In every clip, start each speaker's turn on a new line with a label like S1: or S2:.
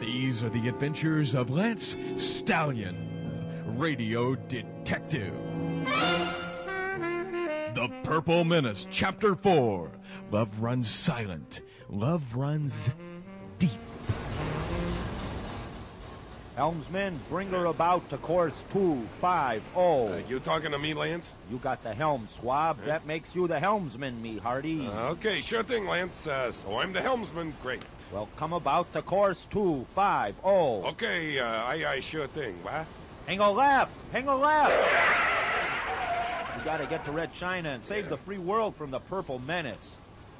S1: These are the adventures of Lance Stallion, Radio Detective. The Purple Menace, Chapter 4 Love Runs Silent, Love Runs Deep.
S2: Helmsman, bring her about to course
S3: Uh,
S2: 250.
S3: you talking to me, Lance?
S2: You got the helm, Swab. That makes you the helmsman, me hearty.
S3: Uh, okay, sure thing, Lance. Uh, so I'm the helmsman. Great.
S2: Well, come about to course oh. 250.
S3: Okay, uh, aye, aye, sure thing. What?
S2: Hang a left! Hang a left! We gotta get to Red China and save the free world from the purple menace.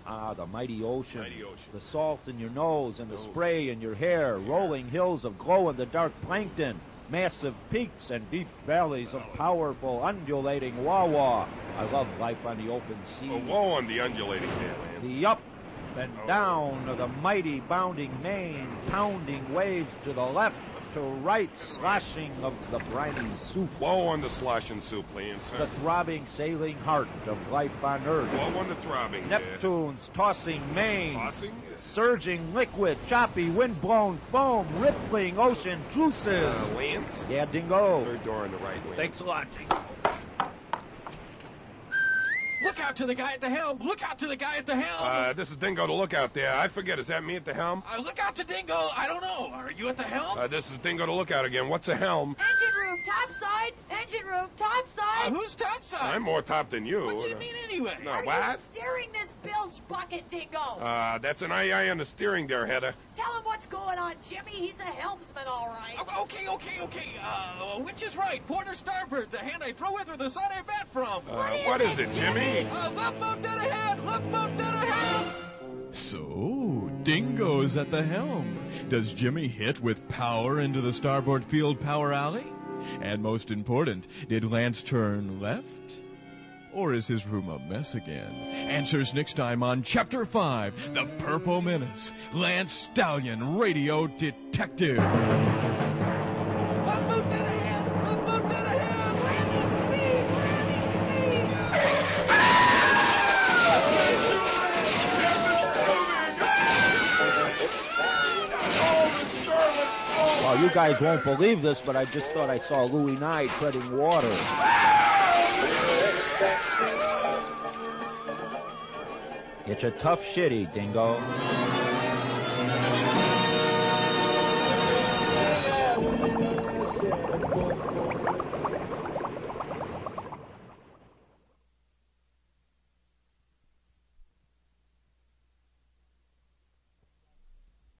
S2: Ah, the mighty ocean.
S3: Mighty ocean.
S2: The salt in your nose and the spray in your hair, rolling hills of glow in the dark plankton, massive peaks and deep valleys of powerful undulating wawa. I love life on the open sea.
S3: A woe on the undulating there, Lance.
S2: The up and
S3: Oh.
S2: down of the mighty bounding main, pounding waves to the left, to right, slashing of the briny soup.
S3: Woe on the slosh and soup, Lance.
S2: The
S3: huh?
S2: throbbing, sailing heart of life on earth.
S3: Woe on the throbbing. there.
S2: Neptune's tossing main.
S3: Tossing?
S2: Surging liquid, choppy, windblown foam, rippling ocean juices.
S3: Uh, Lance?
S2: Yeah, dingo.
S3: Third door on the right, Lance.
S4: Thanks a lot. Look out to the guy at the helm! Look out to the guy at the helm!
S3: Uh, this is Dingo to look out there. I forget, is that me at the helm?
S4: Uh, look out to Dingo! I don't know. Are you at the helm?
S3: Uh, this is Dingo to look out again. What's a helm?
S5: Engine room, top side. Engine room, top
S4: Uh,
S5: side.
S4: who's topside?
S3: I'm more top than you.
S4: What do you mean anyway?
S3: No.
S5: Are
S3: what?
S5: you steering this bilge bucket, Dingo?
S3: Uh, that's an aye, aye on the steering there, Hedda.
S5: Tell him what's going on, Jimmy. He's a helmsman, all right.
S4: O- Okay, okay, okay. Uh, which is right? Port or starboard? The hand I throw it or the side I bat from?
S3: Uh, what is it, Jimmy?
S4: Uh, left boat dead ahead! Left boat dead ahead!
S1: So, Dingo is at the helm. Does Jimmy hit with power into the starboard field power alley? And most important, did Lance turn left? Or is his room a mess again? Answers next time on Chapter 5 The Purple Menace Lance Stallion, Radio Detective.
S4: Left boat dead ahead! Left boat dead ahead!
S5: Ramming speed, ramming speed.
S2: Well, you guys won't believe this, but I just thought I saw Louis Nye treading water. It's a tough shitty, Dingo.